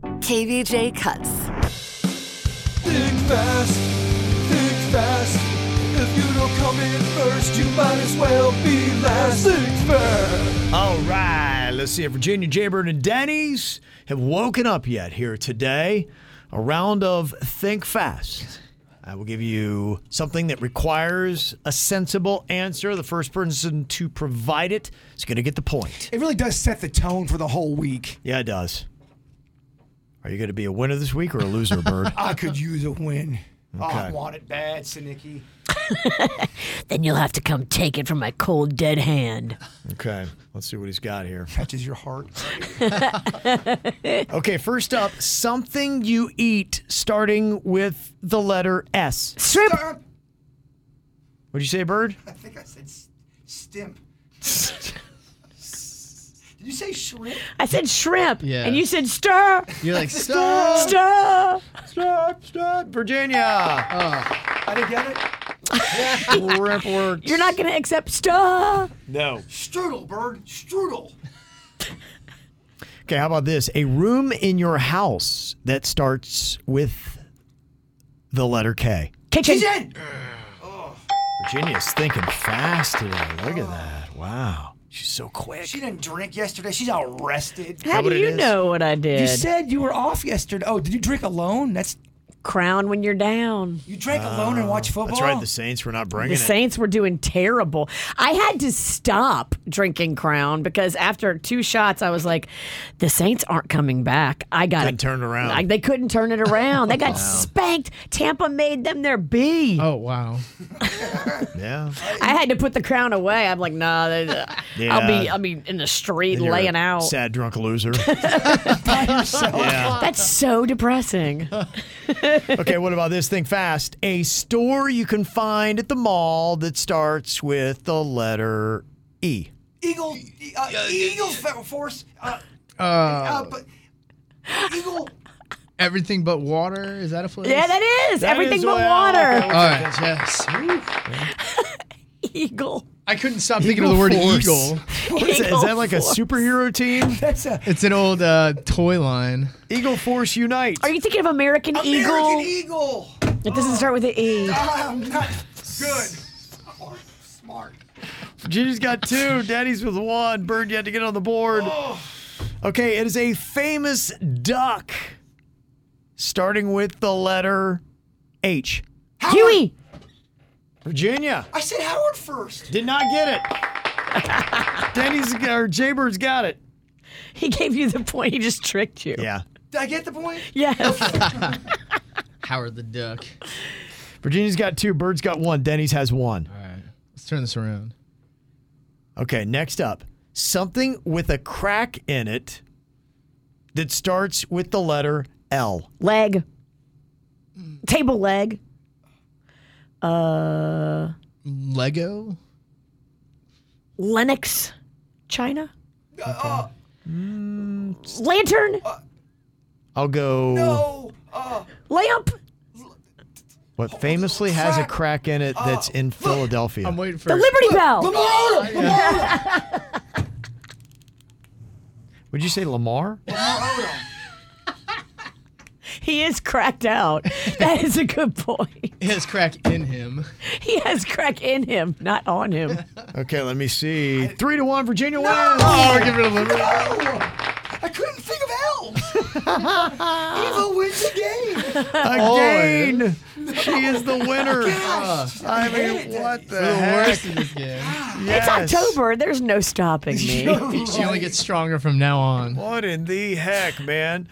KVJ cuts. Think fast, think fast. If you don't come in first, you might as well be last. Think fast. All right, let's see if Virginia Jaybird and Denny's have woken up yet here today. A round of Think Fast. I will give you something that requires a sensible answer. The first person to provide it is going to get the point. It really does set the tone for the whole week. Yeah, it does. Are you going to be a winner this week or a loser, Bird? I could use a win. Oh, I Okay. want it bad, Sinicky. Then you'll have to come take it from my cold, dead hand. okay, let's see what he's got here. Touches your heart. Okay, first up, something you eat starting with the letter S. Shrimp! Stop. What'd you say, Bird? I think I said s- stimp. Did you say shrimp? I said shrimp. Yeah. And you said stir. You're like, stop. Stir. Stop, stop, Virginia. I didn't get it. Rip works. You're not going to accept stir. No. Strudel, bird. Strudel. Okay, how about this? A room in your house that starts with the letter K. Kitchen. Jen. Virginia's thinking fast today. Look at that. Wow. She's so quick. She didn't drink yesterday. She's all rested. How what do it you is? know what I did? You said you were off yesterday. Oh, did you drink alone? That's Crown when you're down. you drank alone and watched football. Uh, That's right. The Saints were not bringing The Saints were doing terrible. I had to stop drinking Crown because after two shots, I was like, the Saints aren't coming back. I got Couldn't turn it around. Like, they couldn't turn it around. They got spanked. Tampa made them their B. I Oh, wow. it. Yeah. had to put the crown away. I'm like, nah, they, uh, I'll be, Yeah. I'll be in the street You're a laying out. Sad drunk loser. yeah. That's so depressing. Okay, what about this? Think fast. A store you can find at the mall that starts with the letter E. Eagle, uh, Eagle fe- Force, uh, uh, but Eagle. Everything but water. Is that a flavor? yeah, that is That everything is- but well, water. okay. All right, yes. Eagle. I couldn't stop thinking of the word Force. eagle. What is, that? Is Eagle that like a Force. superhero team? That's a It's an old uh, toy line. Eagle Force Unite. Are you thinking of American, American Eagle? Eagle. It doesn't start with an E. I'm not good or smart. Ginny's got two. Daddy's with one. Bird, you had to get on the board. Oh. Okay, it is a famous duck, starting with the letter H. Huey. Virginia I said Howard first. did not get it. Danny's or Jaybird's got it. He gave you the point. He just tricked you. Yeah. Did I get the point? Yes. Howard the Duck. Virginia's got two. Bird's got one. Denny's has one. All right, let's turn this around. Okay, next up something with a crack in it that starts with the letter L. leg. Table leg. Lego. Lennox. China. Mm, Lantern. Uh, I'll go. Oh, uh, lamp. What famously has a crap. crack in it that's in Philadelphia? Oh. I'm waiting for The uh, Liberty Bell. Lamar Odom. Lamar Would you say Lamar? Odom. He is cracked out. That is a good point. It has crack in him. He has crack in him, not on him. Okay, let me see. Three to one, Virginia wins. Oh, give it a liberty. I couldn't think of elves. Evil wins the game. Again, Oh. she is the winner. I mean, hated it. what the, The heck? worst in this game. Yes. It's October. There's no stopping me. She only gets stronger from now on. What in the heck, man?